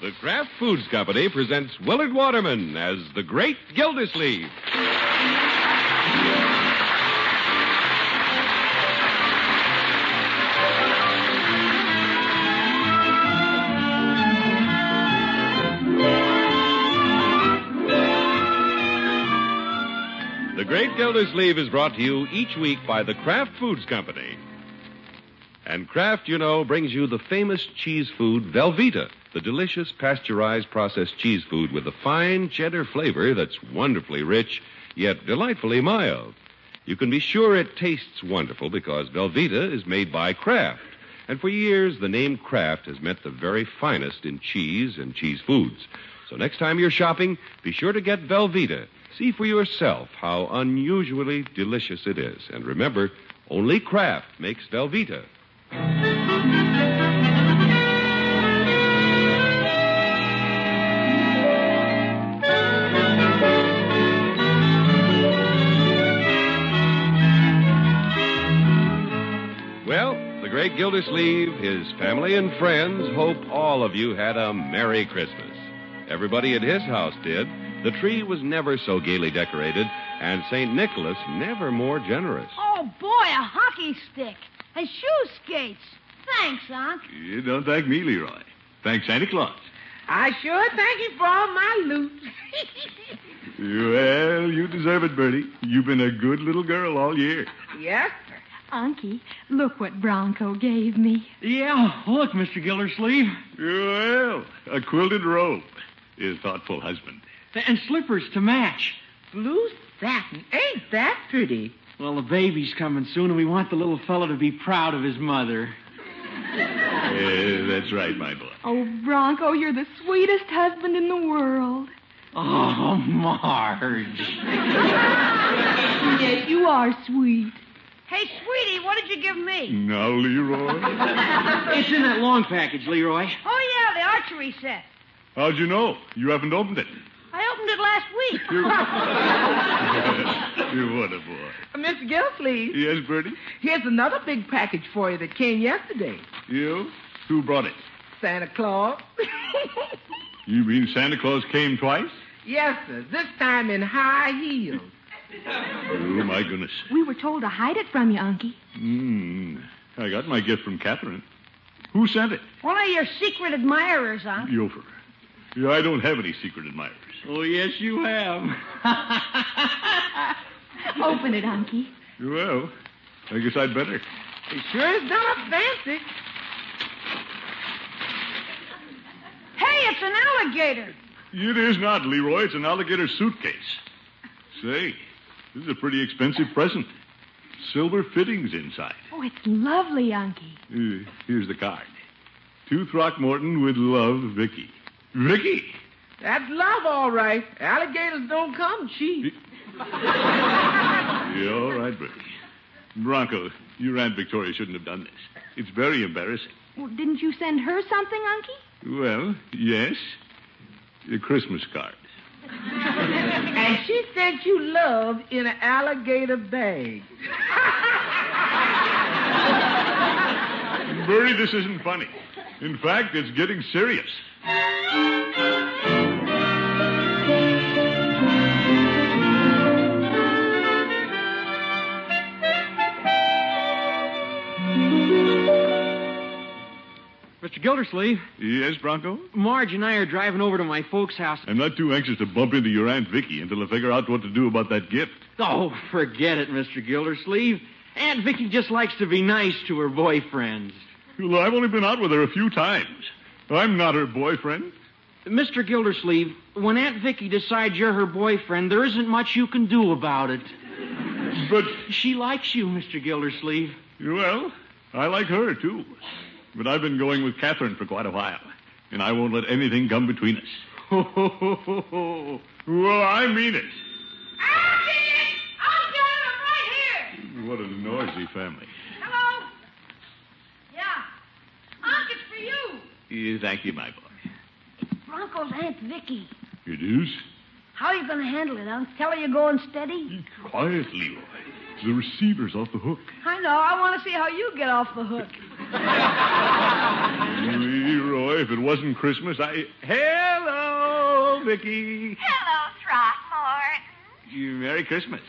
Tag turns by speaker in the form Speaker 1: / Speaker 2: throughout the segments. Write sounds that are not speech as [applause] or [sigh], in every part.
Speaker 1: The Kraft Foods Company presents Willard Waterman as the Great Gildersleeve. The Great Gildersleeve is brought to you each week by the Kraft Foods Company. And Kraft, you know, brings you the famous cheese food Velveeta, the delicious pasteurized processed cheese food with a fine cheddar flavor that's wonderfully rich, yet delightfully mild. You can be sure it tastes wonderful because Velveeta is made by Kraft. And for years, the name Kraft has meant the very finest in cheese and cheese foods. So next time you're shopping, be sure to get Velveeta. See for yourself how unusually delicious it is. And remember, only Kraft makes Velveeta. Well, the great Gildersleeve, his family and friends hope all of you had a Merry Christmas. Everybody at his house did. The tree was never so gaily decorated, and St. Nicholas never more generous.
Speaker 2: Oh, boy, a hockey stick. And shoe skates. Thanks, Unc.
Speaker 3: You don't thank me, Leroy. Thanks, Santa Claus.
Speaker 4: I sure thank you for all my loot.
Speaker 3: Well, you deserve it, Bertie. You've been a good little girl all year.
Speaker 4: yes,
Speaker 5: [laughs] Unky, look what Bronco gave me.
Speaker 6: Yeah, look, Mr. Gildersleeve.
Speaker 3: Well, a quilted robe. His thoughtful [laughs] husband.
Speaker 6: And slippers to match.
Speaker 4: blue satin. Ain't that pretty?
Speaker 6: Well, the baby's coming soon, and we want the little fellow to be proud of his mother.
Speaker 3: Eh, that's right, my boy.
Speaker 5: Oh, Bronco, you're the sweetest husband in the world.
Speaker 6: Oh, Marge.
Speaker 5: Yes, you are sweet.
Speaker 2: Hey, sweetie, what did you give me?
Speaker 3: Now, Leroy.
Speaker 6: It's in that long package, Leroy.
Speaker 2: Oh, yeah, the archery set.
Speaker 3: How'd you know? You haven't opened [laughs] it.
Speaker 2: I opened it last week.
Speaker 3: You, you what a boy.
Speaker 4: Mr. Gilfleet,
Speaker 3: Yes, Bertie?
Speaker 4: here's another big package for you that came yesterday.
Speaker 3: You? Who brought it?
Speaker 4: Santa Claus. [laughs]
Speaker 3: You mean Santa Claus came twice?
Speaker 4: yes, sir. This time in high heels.
Speaker 3: Oh, my goodness.
Speaker 5: We were told to hide it from you, Unky.
Speaker 3: Hmm. I got my gift from Catherine. Who sent it?
Speaker 2: One of your secret admirers, Unc.
Speaker 3: Yover. Yeah, I don't have any secret admirers.
Speaker 6: Oh, yes, you have. [laughs]
Speaker 5: Open it, Unky.
Speaker 3: Well, I guess I'd better.
Speaker 4: It sure is not fancy.
Speaker 2: Hey, it's an alligator.
Speaker 3: It is not, Leroy. It's an alligator suitcase. Say, this is a pretty expensive present. Silver fittings inside.
Speaker 5: Oh, it's lovely, Unky.
Speaker 3: Uh, here's the card. To Throckmorton with love, Vicky. Vicky?
Speaker 4: That's love, all right. Alligators don't come cheap.
Speaker 3: Yeah, all right, Bertie. Bronco, your Aunt Victoria shouldn't have done this. It's very embarrassing.
Speaker 5: Well, didn't you send her something, Unky?
Speaker 3: Well, yes. A Christmas card.
Speaker 4: And she sent you love in an alligator bag.
Speaker 3: Bertie, this isn't funny. In fact, it's getting serious.
Speaker 6: Mr. Gildersleeve,
Speaker 3: Yes, Bronco?
Speaker 6: Marge and I are driving over to my folks' house.
Speaker 3: I'm not too anxious to bump into your Aunt Vicky until I figure out what to do about that gift.
Speaker 6: Oh, forget it, Mr. Gildersleeve. Aunt Vicky just likes to be nice to her boyfriends.
Speaker 3: Well, I've only been out with her a few times. I'm not her boyfriend.
Speaker 6: Mr. Gildersleeve, when Aunt Vicky decides you're her boyfriend, there isn't much you can do about it.
Speaker 3: But,
Speaker 6: She likes you, Mr. Gildersleeve.
Speaker 3: well, I like her, too. But I've been going with Catherine for quite a while, and I won't let anything come between us. [laughs] well, I mean it.
Speaker 2: Alligator! Alligator, I'm right here.
Speaker 3: What a noisy family.
Speaker 2: Hello? Yeah. Unc, it's for you.
Speaker 3: Yeah, Thank you, my boy.
Speaker 2: Bronco's Aunt Vicky.
Speaker 3: It is?
Speaker 2: How are you going to handle it, Unc? Tell her you're going steady?
Speaker 3: Be quiet, Leroy. The receiver's off the hook.
Speaker 2: I know. I want to see how you get off the hook.
Speaker 3: We Easy, Roy. If it wasn't Christmas, I. Hello, Vicky.
Speaker 7: Hello, Throckmorton.
Speaker 3: You- Merry Christmas.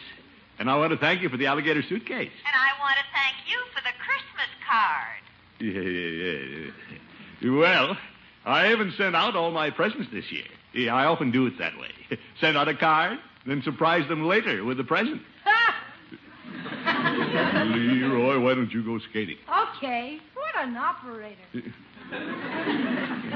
Speaker 3: And I want to thank you for the alligator suitcase. [laughs]
Speaker 7: And I want to thank you for the Christmas card.
Speaker 3: Yeah, yeah, yeah, yeah. Well, I haven't sent out all my presents this year. Yeah, I often do it that way. [laughs] Send out a card, then surprise them later with a present. Leroy, why don't you go skating?
Speaker 2: Okay. What an operator.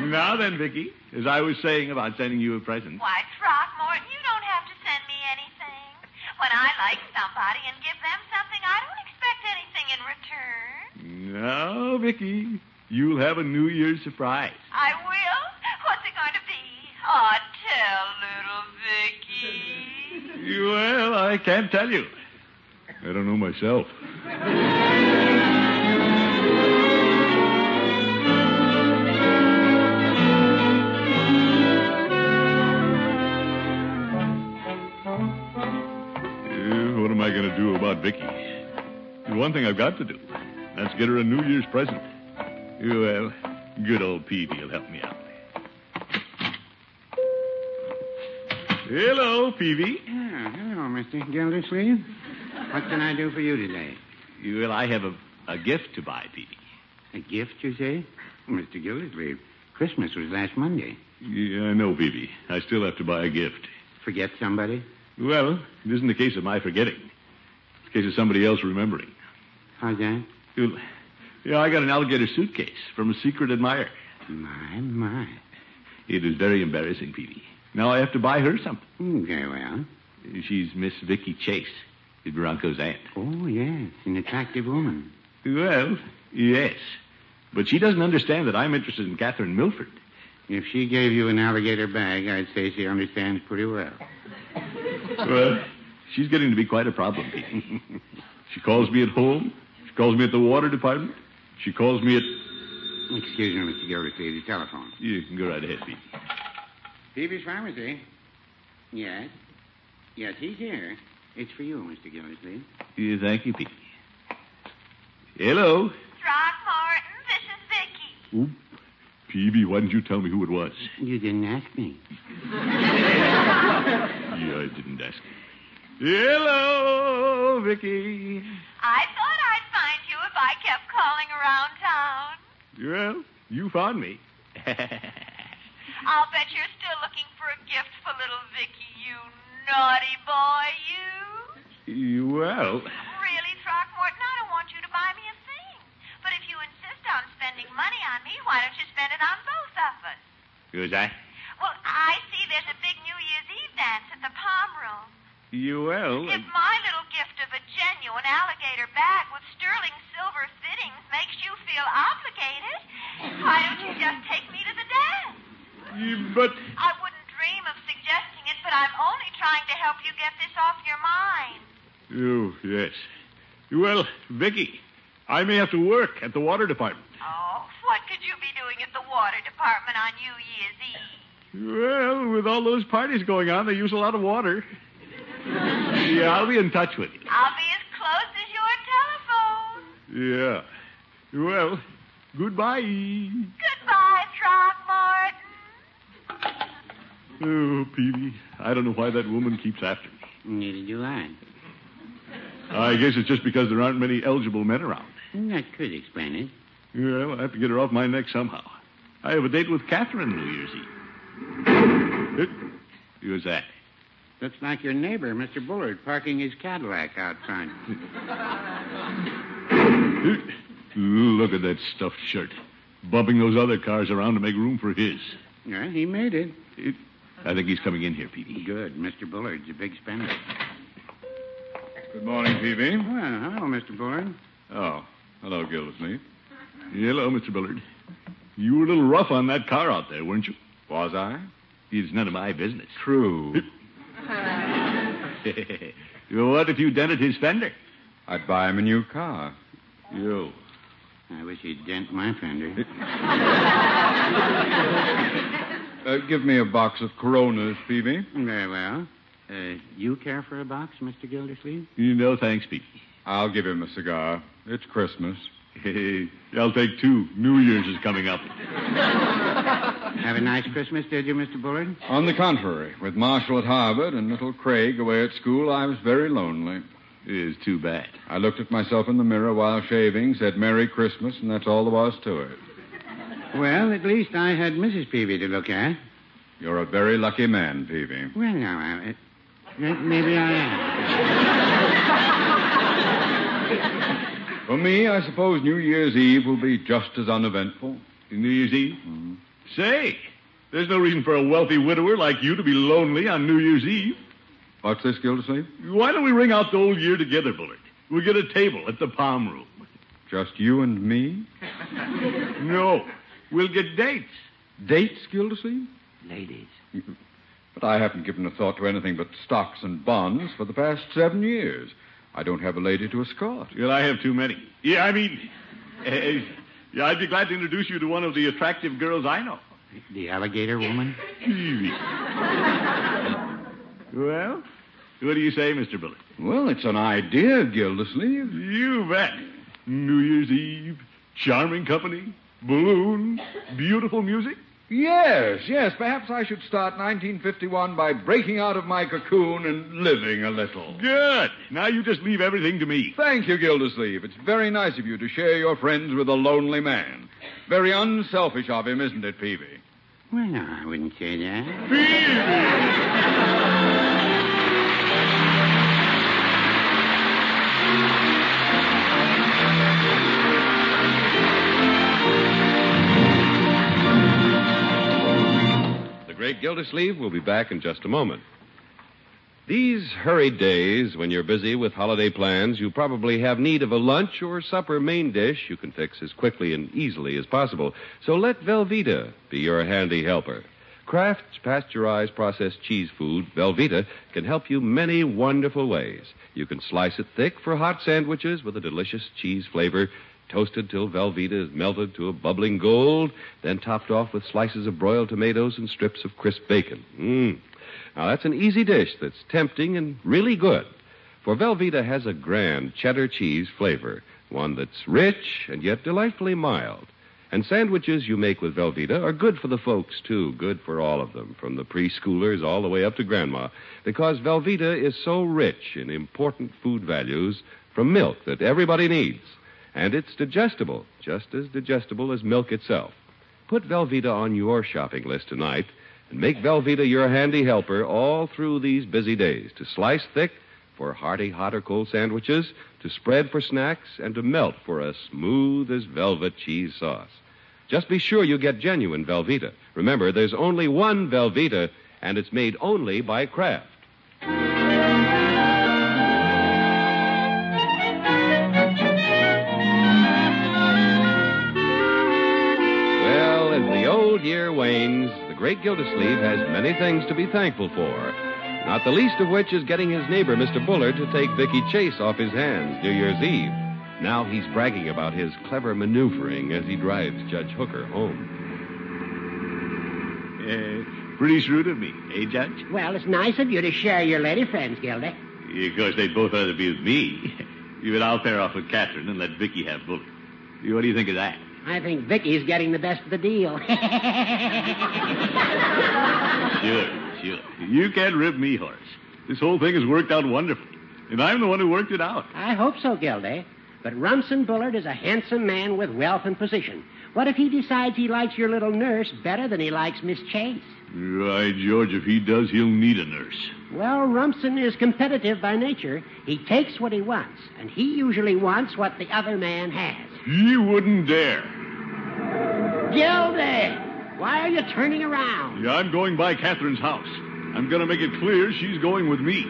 Speaker 3: Now then, Vicky, as I was saying about sending you a present.
Speaker 7: Why, Throckmorton, you don't have to send me anything. When I like somebody and give them something, I don't expect anything in return.
Speaker 3: Now, Vicky, you'll have a New Year's surprise.
Speaker 7: I will. What's it going to be? Oh, tell little
Speaker 1: [laughs]
Speaker 7: Vicky.
Speaker 3: Well, I can't tell you. I don't know myself. Uh, What am I going to do about Vicky? There's one thing I've got to do. That's get her a New Year's present. Well, good old Peavy will help me out. Hello, Peavy.
Speaker 6: hello, Mr. Gildersleeve. What can I do for you today?
Speaker 3: Well, I have a, a gift to buy, Peavy.
Speaker 6: A gift, you say? Mr. Gildersleeve, Christmas was last Monday.
Speaker 3: Yeah, I know, Peavy. I still have to buy a gift.
Speaker 6: Forget somebody?
Speaker 3: Well, it isn't a case of my forgetting. It's a case of somebody else remembering.
Speaker 6: How's that?
Speaker 3: You- Yeah, I got an alligator suitcase from a secret admirer.
Speaker 6: My, my.
Speaker 3: It is very embarrassing, Peavy. Now I have to buy her something.
Speaker 6: Mm, Very well.
Speaker 3: She's Miss Vicky Chase, Bronco's aunt.
Speaker 6: Oh, yes, an attractive woman.
Speaker 3: Well, yes. But she doesn't understand that I'm interested in Catherine Milford.
Speaker 6: If she gave you an alligator bag, I'd say she understands pretty well.
Speaker 3: [laughs] Well, she's getting to be quite a problem, Peavy. [laughs] She calls me at home. She calls me at the water department. She calls me at.
Speaker 6: Excuse me, Mr. Gildersleeve, the telephone.
Speaker 3: You can go right ahead, Peavy.
Speaker 6: Phoebe's pharmacy. Yes. Yes, he's here. It's for you, Mr. Gildersleeve.
Speaker 3: Yeah, thank you, Peavy. Hello.
Speaker 7: Throckmorton, this is Vicky.
Speaker 3: Ooh. Peavy, why didn't you tell me who it was?
Speaker 6: You didn't ask me.
Speaker 3: Yeah, I didn't ask. Hello, Vicky.
Speaker 7: I thought I'd find you if I kept calling around town.
Speaker 3: Well, you found [laughs] me.
Speaker 7: I'll bet you're still looking for a gift for little Vicky, you naughty boy, you.
Speaker 3: Well,
Speaker 7: Really, Throckmorton, I don't want you to buy me a thing. But if you insist on spending money on me, why don't you spend it on both of us?
Speaker 3: was I?
Speaker 7: Well, I see there's a big New Year's Eve dance at the Palm Room.
Speaker 1: Oh,
Speaker 3: Well,
Speaker 7: If my little gift of a genuine alligator bag with sterling silver fittings makes you feel obligated, why don't you just take me to the dance?
Speaker 3: but
Speaker 7: I wouldn't dream of suggesting it, but I'm only trying to help you get this off your mind.
Speaker 3: Oh, yes. Well, Vicky, I may have to work at the water department.
Speaker 7: Oh, what could you be doing at the water department on New Year's Eve?
Speaker 3: Well, with all those parties going on, they use a lot of water. [laughs] yeah, I'll be in touch with
Speaker 7: I'll be as close as your telephone.
Speaker 3: you. Yeah. Well, goodbye.
Speaker 7: Goodbye, Throckmorton.
Speaker 3: Oh, Peavy, I don't know why that woman keeps after me.
Speaker 6: Neither do I.
Speaker 3: I guess it's just because there aren't many eligible men around.
Speaker 6: That could explain it.
Speaker 3: Well, I have to get her off my neck somehow. I have a date with Catherine New Year's Eve. Eh, Who's that?
Speaker 6: Looks like your neighbor, Mr. Bullard, parking his Cadillac out front.
Speaker 3: Look at that stuffed shirt. Bumping those other cars around to make room for his.
Speaker 6: Yeah, he made it.
Speaker 3: I think he's coming in here, Peavy.
Speaker 6: Good. Mr. Bullard's a big spender.
Speaker 3: Good morning, Peavy.
Speaker 6: Well, hello, Mr. Bullard.
Speaker 3: Oh, hello, Gildersleeve. Hello, Mr. Bullard. You were a little rough on that car out there, weren't you? Was I? It's none of my business. [laughs] True. what if you dented his fender?
Speaker 8: I'd buy him a new car.
Speaker 3: You.
Speaker 6: I wish he'd dent my fender.
Speaker 8: Uh, give me a box of Coronas, Peavy.
Speaker 6: Very well. Uh, you care for a box, Mr. Gildersleeve?
Speaker 3: You know, thanks, Peavy.
Speaker 8: I'll give him a cigar. It's Christmas.
Speaker 3: [laughs] I'll take two. New Year's is coming up.
Speaker 6: Have a nice Christmas, did you, Mr. Bullard?
Speaker 8: On the contrary, with Marshall at Harvard and little Craig away at school, I was very lonely.
Speaker 3: It is too bad.
Speaker 8: I looked at myself in the mirror while shaving, said Merry Christmas, and that's all there was to it.
Speaker 6: Well, at least I had Mrs. Peavy to look at.
Speaker 8: You're a very lucky man, Peavy.
Speaker 6: Well, now, I, uh, maybe I am.
Speaker 8: For me, I suppose New Year's Eve will be just as uneventful. Hmm.
Speaker 3: New Year's Eve? Say, there's no reason for a wealthy widower like you to be lonely on New Year's Eve.
Speaker 8: What's this, Gildersleeve?
Speaker 3: Why don't we ring out the old year together, Bullard? We'll get a table at the Palm Room.
Speaker 8: Just you and me?
Speaker 3: No, we'll get dates.
Speaker 8: Dates, Gildersleeve?
Speaker 6: Ladies.
Speaker 8: But I haven't given a thought to anything but stocks and bonds for the past seven years. I don't have a lady to escort.
Speaker 3: Well, I have too many. Yeah, I mean, eh, yeah, I'd be glad to introduce you to one of the attractive girls I know.
Speaker 6: The alligator woman?
Speaker 3: Well, what do you say, Mr. Bullard?
Speaker 8: Well, it's an idea, Gildersleeve.
Speaker 3: You bet. New Year's Eve, charming company, balloons, beautiful music.
Speaker 8: Yes, yes. Perhaps I should start 1951 by breaking out of my cocoon and living a little.
Speaker 3: Good. Now you just leave everything to me.
Speaker 8: Thank you, Gildersleeve. It's very nice of you to share your friends with a lonely man. Very unselfish of him, isn't it, Peavy?
Speaker 6: Well, no, I wouldn't say that.
Speaker 1: The great Gildersleeve will be back in just a moment. These hurried days, when you're busy with holiday plans, you probably have need of a lunch or supper main dish you can fix as quickly and easily as possible. So let Velveeta be your handy helper. Kraft's pasteurized processed cheese food, Velveeta, can help you many wonderful ways. You can slice it thick for hot sandwiches with a delicious cheese flavor, toasted till Velveeta is melted to a bubbling gold, then topped off with slices of broiled tomatoes and strips of crisp bacon. Mmm. Now, that's an easy dish that's tempting and really good. For Velveeta has a grand cheddar cheese flavor, one that's rich and yet delightfully mild. And sandwiches you make with Velveeta are good for the folks, too, good for all of them, from the preschoolers all the way up to Grandma, because Velveeta is so rich in important food values from milk that everybody needs. And it's digestible, just as digestible as milk itself. Put Velveeta on your shopping list tonight and make Velveeta your handy helper all through these busy days to slice thick for hearty hot or cold sandwiches, to spread for snacks, and to melt for a smooth as velvet cheese sauce. Just be sure you get genuine Velveeta. Remember, there's only one Velveeta, and it's made only by Kraft. Well, as the old year wanes, the great Gildersleeve has many things to be thankful for. Not the least of which is getting his neighbor, Mr. Bullard, to take Vicky Chase off his hands New Year's Eve. Now he's bragging about his clever maneuvering as he drives Judge Hooker home.
Speaker 3: Eh, pretty shrewd of me, eh, Judge?
Speaker 4: Well, it's nice of you to share your lady friends, Gildy.
Speaker 3: Of course, they'd both rather be with me. But I'll pair off with Catherine and let Vicky have Bullard. What do you think of that?
Speaker 4: I think Vicky's getting the best of the deal. [laughs]
Speaker 3: Sure, sure. You can't rib me, Horace. This whole thing has worked out wonderfully. And I'm the one who worked it out.
Speaker 4: I hope so, Gildy. But Rumson Bullard is a handsome man with wealth and position. What if he decides he likes your little nurse better than he likes Miss Chase?
Speaker 3: Right, George. If he does, he'll need a nurse.
Speaker 4: Well, Rumson is competitive by nature. He takes what he wants, and he usually wants what the other man has.
Speaker 3: He wouldn't dare.
Speaker 4: Gildy! Why are you turning around?
Speaker 3: Yeah, I'm going by Catherine's house. I'm going to make it clear she's going with me.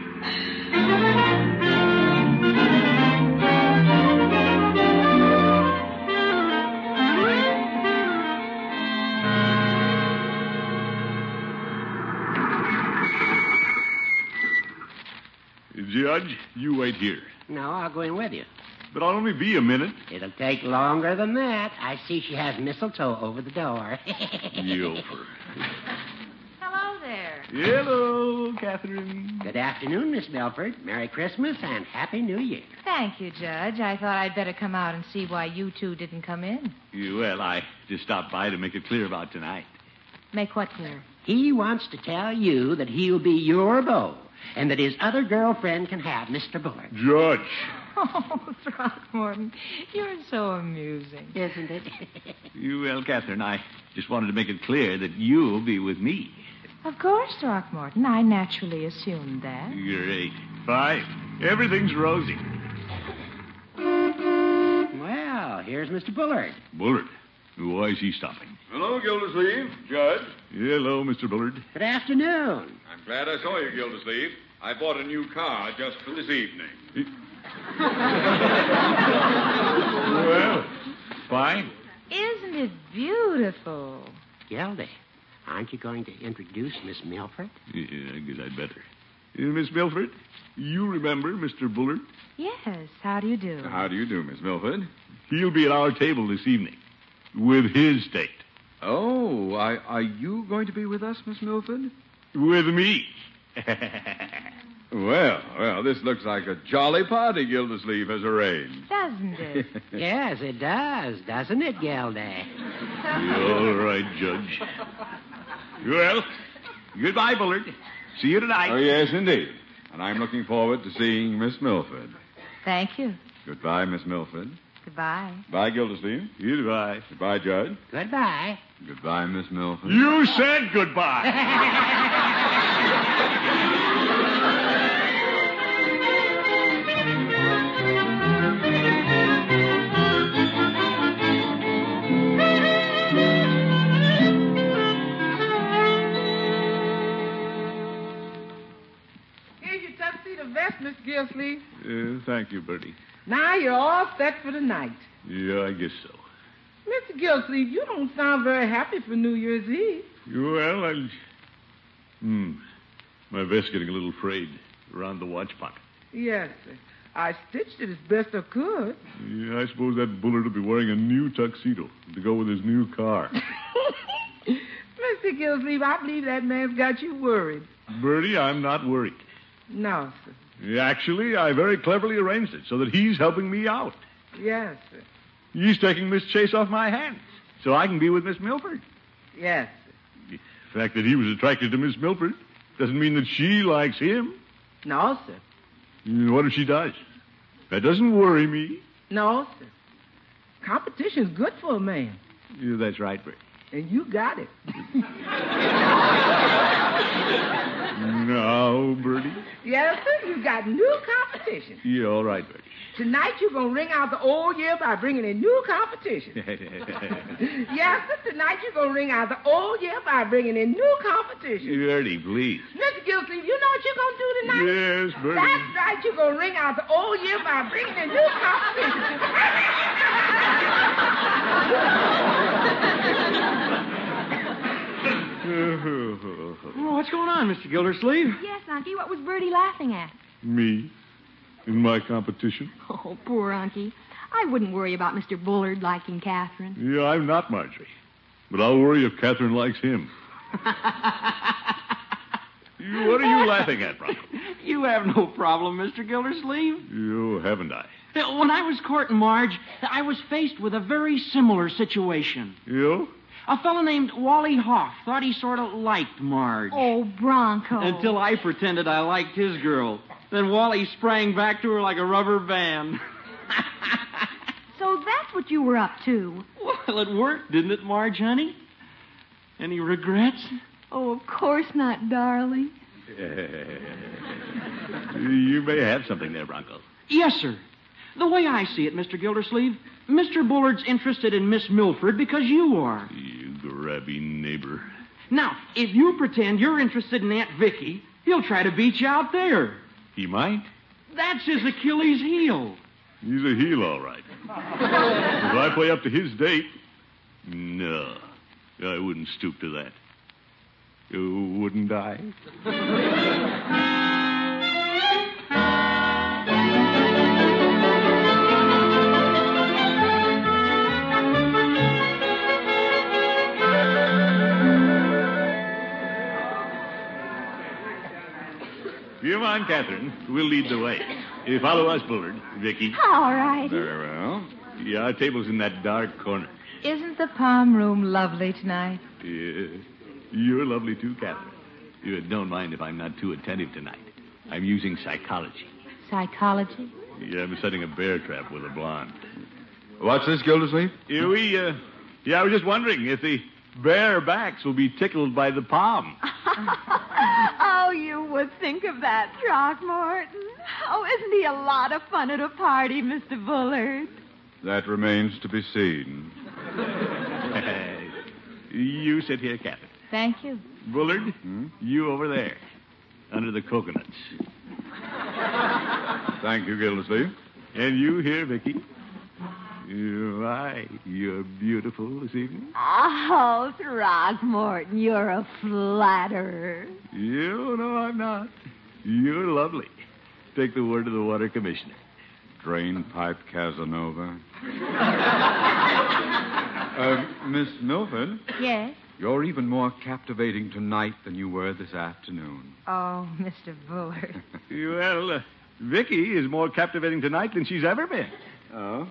Speaker 3: Judge, you wait here.
Speaker 4: No, I'll go in with you.
Speaker 3: But I'll only be a minute.
Speaker 4: It'll take longer than that. I see [laughs] she has mistletoe over the door.
Speaker 3: Yoper.
Speaker 7: Hello there.
Speaker 3: Hello, Catherine.
Speaker 4: Good afternoon, Miss Belford. Merry Christmas and Happy New Year.
Speaker 9: Thank you, Judge. I thought I'd better come out and see why you two didn't come in.
Speaker 3: You- Well, I just stopped by to make it clear about tonight.
Speaker 9: Make what clear?
Speaker 4: He wants to tell you that he'll be your beau and that his other girlfriend can have Mr. Bullard.
Speaker 3: Judge.
Speaker 9: [laughs] Oh, Throckmorton, you're so amusing.
Speaker 4: Isn't it?
Speaker 3: You- Well, Catherine, I just wanted to make it clear that you'll be with me.
Speaker 9: Of course, Throckmorton. I naturally assumed that.
Speaker 3: You're eight. Five. Everything's rosy.
Speaker 4: well, Oh, here's Mr. Bullard.
Speaker 3: Bullard. Why is he stopping?
Speaker 8: Hello, Gildersleeve. Judge.
Speaker 3: Hello, Mr. Bullard.
Speaker 4: Good afternoon.
Speaker 8: I'm glad I saw you, Gildersleeve. I bought a new car just for this evening.
Speaker 3: Well, fine.
Speaker 9: Isn't it beautiful?
Speaker 4: Gildy, aren't you going to introduce Miss Milford?
Speaker 3: Yeah, I guess I'd better. Uh, Miss Milford, you remember Mr. Bullard?
Speaker 9: Yes. How do you do?
Speaker 8: How do you do, Miss Milford?
Speaker 3: He'll be at our table this evening with his date.
Speaker 8: Oh, I, are you going to be with us, Miss Milford?
Speaker 3: With me.
Speaker 8: [laughs] Well, well, this looks like a jolly party Gildersleeve has arranged.
Speaker 9: Doesn't it?
Speaker 4: yes, it does, doesn't it, Gildy?
Speaker 8: [laughs]
Speaker 3: All right, Judge. Well, goodbye, Bullard. See you tonight.
Speaker 8: Oh, yes, indeed. And I'm looking forward to seeing Miss Milford.
Speaker 9: Thank you.
Speaker 8: Goodbye, Miss Milford.
Speaker 9: Goodbye.
Speaker 8: Bye, Gildersleeve.
Speaker 3: Goodbye.
Speaker 8: Goodbye, Judge.
Speaker 4: Goodbye.
Speaker 8: Goodbye, Miss Milford.
Speaker 3: You said
Speaker 4: [laughs]
Speaker 3: goodbye.
Speaker 10: Here's your tuxedo vest, Miss Gilsleeve.
Speaker 3: Uh, thank you, Bertie.
Speaker 10: Now you're all set for the night.
Speaker 3: Yeah, I guess so.
Speaker 10: Mr. Gilsleeve, you don't sound very happy for New Year's Eve.
Speaker 3: Well, I. Hmm. My vest's getting a little frayed around the watch pocket.
Speaker 10: Yes, sir. I stitched it as best I could. [laughs]
Speaker 3: Yeah, I suppose that Bullard will be wearing a new tuxedo to go with his new car.
Speaker 10: Mr. Gilsleeve, I believe that man's got you worried.
Speaker 3: Bertie, I'm not worried.
Speaker 10: No, sir.
Speaker 3: Actually, I very cleverly arranged it so that he's helping me out.
Speaker 10: Yes, sir.
Speaker 3: He's taking Miss Chase off my hands so I can be with Miss Milford.
Speaker 10: Yes,
Speaker 3: The fact that he was attracted to Miss Milford doesn't mean that she likes him.
Speaker 10: sir. No, sir.
Speaker 3: What if she does? That doesn't worry me.
Speaker 10: No, sir. Competition's good for a man,
Speaker 3: Yeah, that's right, Bertie.
Speaker 10: and you got it.
Speaker 3: No, Bertie.
Speaker 10: Yes, sir, you got new competition.
Speaker 3: Yeah, all right, Bertie.
Speaker 10: Tonight you're gonna ring out the old year by bringing in new
Speaker 3: [laughs]
Speaker 10: competition. [laughs] yes, sir, tonight you're gonna ring out the old year by bringing in new competition.
Speaker 3: Bertie, please.
Speaker 10: Mr. Gilsleeve, you know what you're gonna do tonight?
Speaker 3: Yes, Bertie.
Speaker 10: That's right, you're gonna ring out the old year by bringing in new [laughs] competition.
Speaker 4: what's going on, Mr. Gildersleeve?
Speaker 5: Yes, Unky, what was Bertie laughing at?
Speaker 3: Me in my competition?
Speaker 5: Oh, poor Unky. I wouldn't worry about Mr. Bullard liking Catherine.
Speaker 3: Yeah, I'm not Marjorie. But I'll worry if Catherine likes him. You- what are you laughing at, Robert?
Speaker 4: You have no problem, Mr. Gildersleeve.
Speaker 3: You haven't I?
Speaker 4: When I was courting Marge, I was faced with a very similar situation.
Speaker 3: You?
Speaker 4: A fellow named Wally Hoff thought he sort of liked Marge.
Speaker 5: Oh, Bronco.
Speaker 4: Until I pretended I liked his girl. Then Wally sprang back to her like a rubber band. [laughs]
Speaker 5: So that's what you were up to.
Speaker 4: well, it worked, didn't it, Marge, honey? Any regrets?
Speaker 5: Oh, of course not, darling.
Speaker 3: [laughs] You may have something there, Bronco.
Speaker 4: Yes, sir. The way I see it, Mr. Gildersleeve, Mr. Bullard's interested in Miss Milford because you are.
Speaker 3: You grabby neighbor.
Speaker 4: Now, if you pretend you're interested in Aunt Vicky, he'll try to beat you out there.
Speaker 3: He might.
Speaker 4: That's his Achilles heel.
Speaker 3: He's a heel, all right. if I play up to his date, no, I wouldn't stoop to that. You wouldn't I? Come on, Catherine. We'll lead the way. You follow us, Bullard. Vicky.
Speaker 7: All righty.
Speaker 3: Very well. Yeah, our table's in that dark corner.
Speaker 2: Isn't the palm room lovely tonight?
Speaker 3: Yeah. You're lovely, too, Catherine. You don't mind if I'm not too attentive tonight. I'm using psychology.
Speaker 2: Psychology?
Speaker 3: Yeah, I'm setting a bear trap with a blonde.
Speaker 1: What's this, Gildersleeve?
Speaker 3: Yeah, we, uh, yeah, I was just wondering if the bare backs will be tickled by the palm.
Speaker 7: [laughs]
Speaker 3: [laughs]
Speaker 7: oh, you would think of that, Throckmorton. Oh, isn't he a lot of fun at a party, Mr. Bullard?
Speaker 1: That remains to be seen.
Speaker 3: [laughs] you sit here, Catherine.
Speaker 2: Thank you.
Speaker 3: Bullard,
Speaker 1: Hmm?
Speaker 3: you over there, under the coconuts.
Speaker 1: Thank you, Gildersleeve.
Speaker 3: And you here, Vicky. Why, you're beautiful this evening.
Speaker 7: Oh, Throckmorton, you're a flatterer.
Speaker 3: You know I'm not. You're lovely. Take the word of the water commissioner.
Speaker 1: Drain pipe
Speaker 3: [laughs]
Speaker 1: Casanova. Uh, Miss Milford,
Speaker 2: Yes?
Speaker 1: you're even more captivating tonight than you were this afternoon.
Speaker 2: Oh, Mr. Bullard.
Speaker 3: Well, uh, Vicky is more captivating tonight than she's ever been.
Speaker 1: Oh?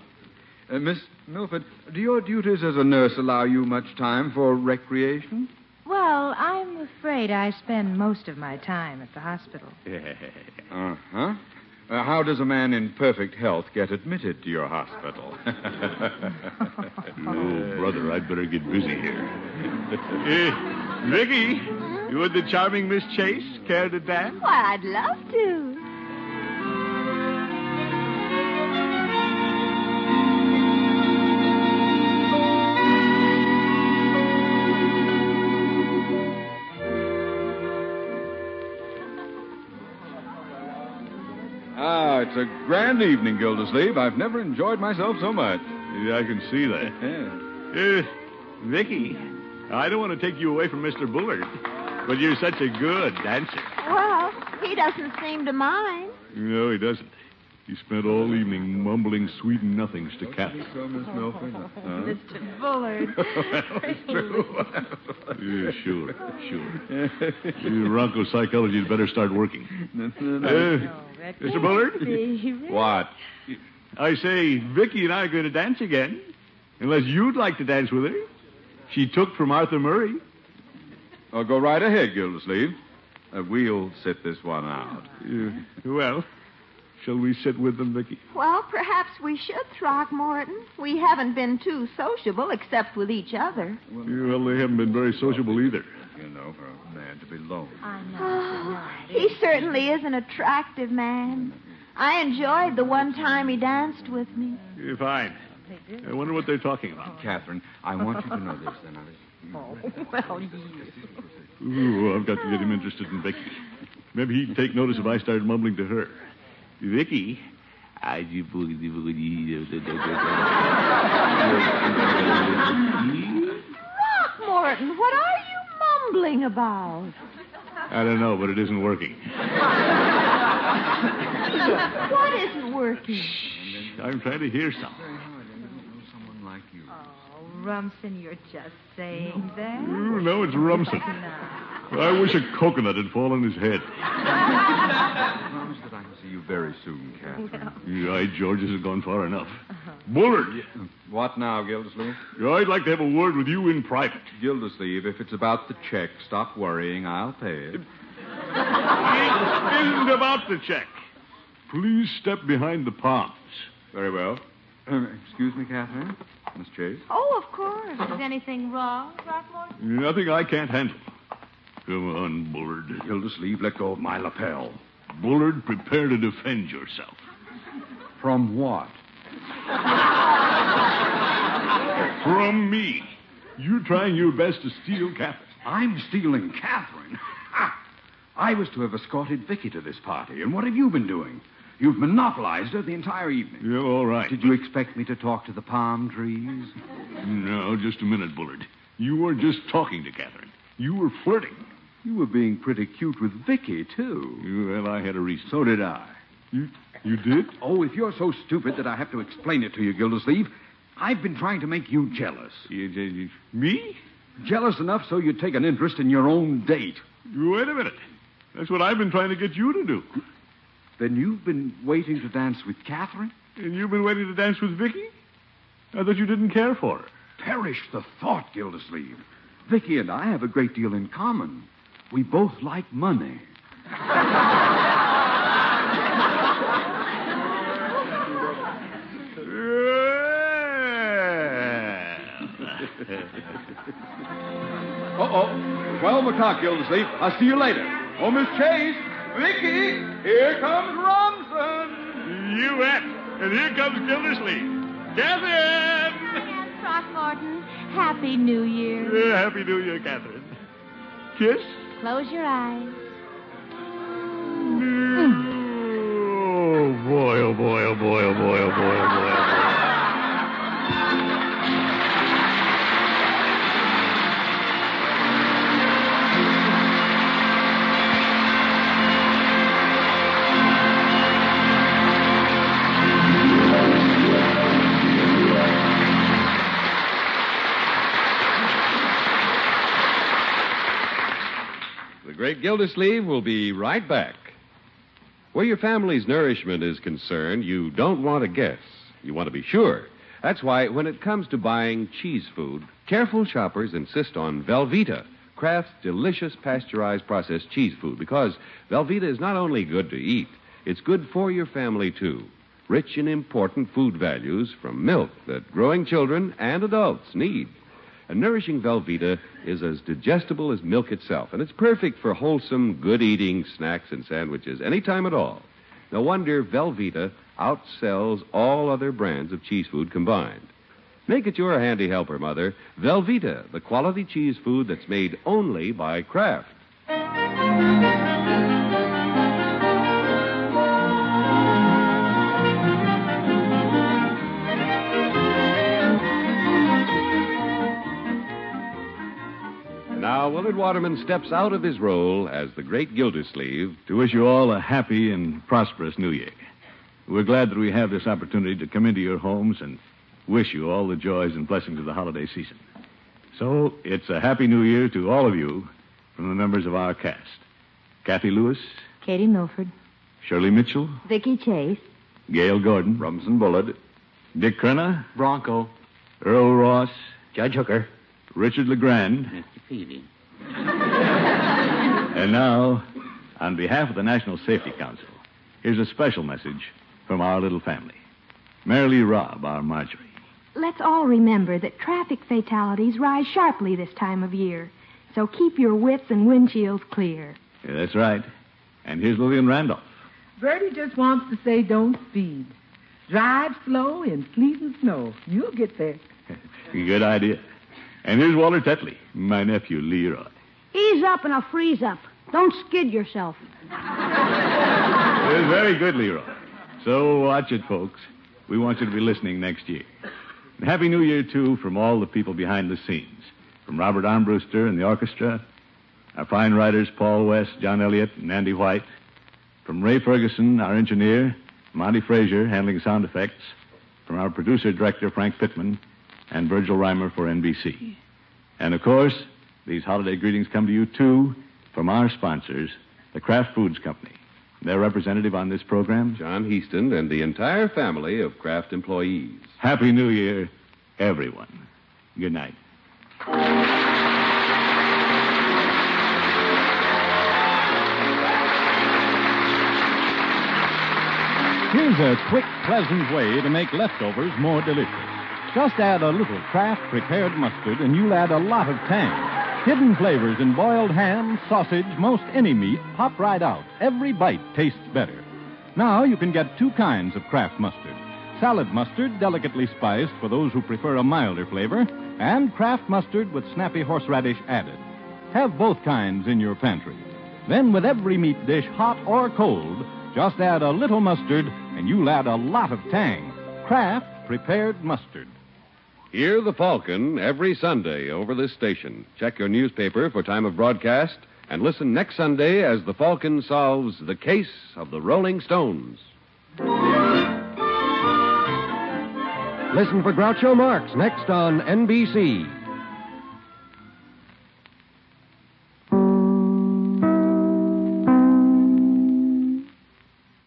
Speaker 1: Uh, Miss Milford, do your duties as a nurse allow you much time for
Speaker 3: [laughs]
Speaker 1: recreation?
Speaker 2: Well, I'm afraid I spend most of my time at the hospital.
Speaker 1: Uh-huh. Uh, how does a man in perfect health get admitted to your
Speaker 3: [laughs]
Speaker 1: hospital?
Speaker 3: No, Oh, brother, I'd better get busy [laughs] here. uh, Vicky, would the charming Miss Chase care to dance?
Speaker 7: Why, I'd love to.
Speaker 1: ah, it's a grand evening, Gildersleeve. I've never enjoyed myself so much.
Speaker 3: Yeah, I can see that.
Speaker 1: [laughs] Yeah.
Speaker 3: Uh, Vicky, I don't want to take you away from Mr. Bullard, but you're such a good dancer.
Speaker 7: Well, he doesn't seem to mind.
Speaker 3: No, he doesn't. He spent all evening mumbling sweet nothings to Catherine.
Speaker 1: So, Miss Milford. Huh?
Speaker 2: Mr.
Speaker 3: [laughs]
Speaker 2: Bullard.
Speaker 1: [laughs]
Speaker 3: Yeah, sure, sure. Your psychology had better start working. Uh, Mr. Bullard,
Speaker 1: What?
Speaker 3: I say Vicky and I are going to dance again, unless you'd like to dance with her. She took from Arthur Murray.
Speaker 1: Oh, go right ahead, Gildersleeve. Uh, we'll sit this one out.
Speaker 3: Uh, well, shall we sit with them, Vicky?
Speaker 7: Well, perhaps we should, Throckmorton. We haven't been too sociable except with each other.
Speaker 3: Well, they haven't been very sociable either.
Speaker 1: You know, for a man to be lonely.
Speaker 7: Oh, he certainly is an attractive man. I enjoyed the one time he danced with me.
Speaker 3: Yeah, fine. I wonder what they're talking about.
Speaker 1: Catherine, I want you to know this. Then
Speaker 2: well,
Speaker 3: Ooh, I've got to get him interested in Vicky. Maybe he'd take notice if I started mumbling to her. Vicky. I do boogity
Speaker 1: [laughs]
Speaker 3: boogity.
Speaker 7: Throckmorton, what are you mumbling about?
Speaker 3: I don't know, but it isn't working.
Speaker 7: [laughs] What isn't working?
Speaker 3: I'm trying to hear something.
Speaker 1: Someone like you.
Speaker 2: Oh, Rumson, you're just saying that.
Speaker 3: Ooh, no, it's Rumson. I wish a coconut had fallen on his head.
Speaker 1: I promise that I can see you very soon, Catherine.
Speaker 3: Yeah, I, George, this has gone far enough. Bullard,
Speaker 1: What now, Gildersleeve?
Speaker 3: I'd like to have a word with you in private.
Speaker 1: Gildersleeve, if it's about the check, stop worrying. I'll pay it.
Speaker 3: It isn't about the check. Please step behind the palms.
Speaker 1: Very well. Um, excuse me, Catherine. Miss Chase.
Speaker 7: Oh, of course. Is anything wrong, Throckmorton?
Speaker 3: Nothing I can't handle. Come on, Bullard.
Speaker 1: Gildersleeve, let go of my lapel.
Speaker 3: Bullard, prepare to defend yourself.
Speaker 1: From what?
Speaker 3: From me. You're trying your best to steal Catherine.
Speaker 1: I'm stealing Catherine. Ha! I was to have escorted Vicky to this party, and what have you been doing? You've monopolized her the entire evening.
Speaker 3: Yeah, all right.
Speaker 1: Did you expect me to talk to the palm trees?
Speaker 3: No, just a minute, Bullard. You weren't just talking to Catherine. You were flirting.
Speaker 1: You were being pretty cute with Vicky, too.
Speaker 3: Well, I had a reason.
Speaker 1: So did I.
Speaker 3: You, you did?
Speaker 1: Oh, if you're so stupid that I have to explain it to you, Gildersleeve, I've been trying to make you jealous.
Speaker 3: Me?
Speaker 1: Jealous enough so you'd take an interest in your own date.
Speaker 3: Wait a minute. That's what I've been trying to get you to do.
Speaker 8: Then you've been waiting to dance with Catherine?
Speaker 3: And you've been waiting to dance with Vicky? I thought you didn't care for her.
Speaker 8: Perish the thought, Gildersleeve. Vicky and I have a great deal in common. We both like money.
Speaker 11: Uh-oh. 12 o'clock, Gildersleeve. I'll see you later. Oh, Miss Chase. Vicky, here comes Robinson.
Speaker 3: You bet. And here comes Gildersleave. Catherine!
Speaker 5: Again, Throckmorton, Happy New Year.
Speaker 3: Yeah, Happy New Year, Catherine. Kiss?
Speaker 5: Close your eyes.
Speaker 3: Oh, boy, oh, boy, oh, boy, oh, boy, oh, boy, oh, boy.
Speaker 1: The Great Gildersleeve will be right back. Where your family's nourishment is concerned, you don't want to guess. You want to be sure. That's why, when it comes to buying cheese food, careful shoppers insist on Velveeta, Kraft's delicious pasteurized processed cheese food, because Velveeta is not only good to eat, it's good for your family, too. Rich in important food values from milk that growing children and adults need. A nourishing Velveeta is as digestible as milk itself, and it's perfect for wholesome, good eating snacks and sandwiches any time at all. No wonder Velveeta outsells all other brands of cheese food combined. Make it your handy helper, Mother. Velveeta, the quality cheese food that's made only by Kraft. Now, Willard Waterman steps out of his role as the great Gildersleeve
Speaker 3: to wish you all a happy and prosperous New Year. We're glad that we have this opportunity to come into your homes and wish you all the joys and blessings of the holiday season. So, it's a happy New Year to all of you from the members of our cast Kathy Lewis,
Speaker 12: Katie Milford.
Speaker 3: Shirley Mitchell,
Speaker 12: Vicky Chase.
Speaker 3: Gail Gordon, Robinson Bullard, Dick Crenna, Bronco, Earl Ross,
Speaker 4: Judge Hooker,
Speaker 3: Richard LeGrand,
Speaker 6: Peavy.
Speaker 3: And now, on behalf of the National Safety Council, here's a special message from our little family. Merrily Robb, our Marjorie.
Speaker 13: Let's all remember that traffic fatalities rise sharply this time of year, so keep your wits and windshields clear.
Speaker 3: Yeah, that's right. And here's Lillian Randolph. [laughs]
Speaker 10: Bertie just wants to say don't speed. Drive slow in sleet and snow. You'll get there.
Speaker 3: Good idea. And here's Walter Tetley, my nephew Leroy.
Speaker 2: Ease up and I'll freeze up. Don't skid yourself.
Speaker 3: It's very good, Leroy. So watch it, folks. We want you to be listening next year. And Happy New Year, too, from all the people behind the scenes. From Robert Armbruster and the orchestra, our fine writers Paul West, John Elliott, and Andy White. From Ray Ferguson, our engineer, Monty Frazier, handling sound effects. From our producer director, Frank Pittman, and Virgil Reimer for NBC. And of course, these holiday greetings come to you, too, from our sponsors, the Kraft Foods Company. Their representative on this program,
Speaker 1: John Heaston, and the entire family of Kraft employees.
Speaker 3: Happy New Year, everyone. Good night.
Speaker 14: Here's a quick, pleasant way to make leftovers more delicious. Just add a little Kraft prepared mustard and you'll add a lot of tang. Hidden flavors in boiled ham, sausage, most any meat pop right out. Every bite tastes better. Now you can get two kinds of Kraft mustard. Salad mustard, delicately spiced for those who prefer a milder flavor, and Kraft mustard with snappy horseradish added. Have both kinds in your pantry. Then with every meat dish, hot or cold, just add a little mustard and you'll add a lot of tang. Kraft prepared mustard.
Speaker 1: Hear the Falcon every Sunday over this station. Check your newspaper for time of broadcast and listen next Sunday as the Falcon solves the case of the Rolling Stones.
Speaker 15: Listen for Groucho Marx next on NBC.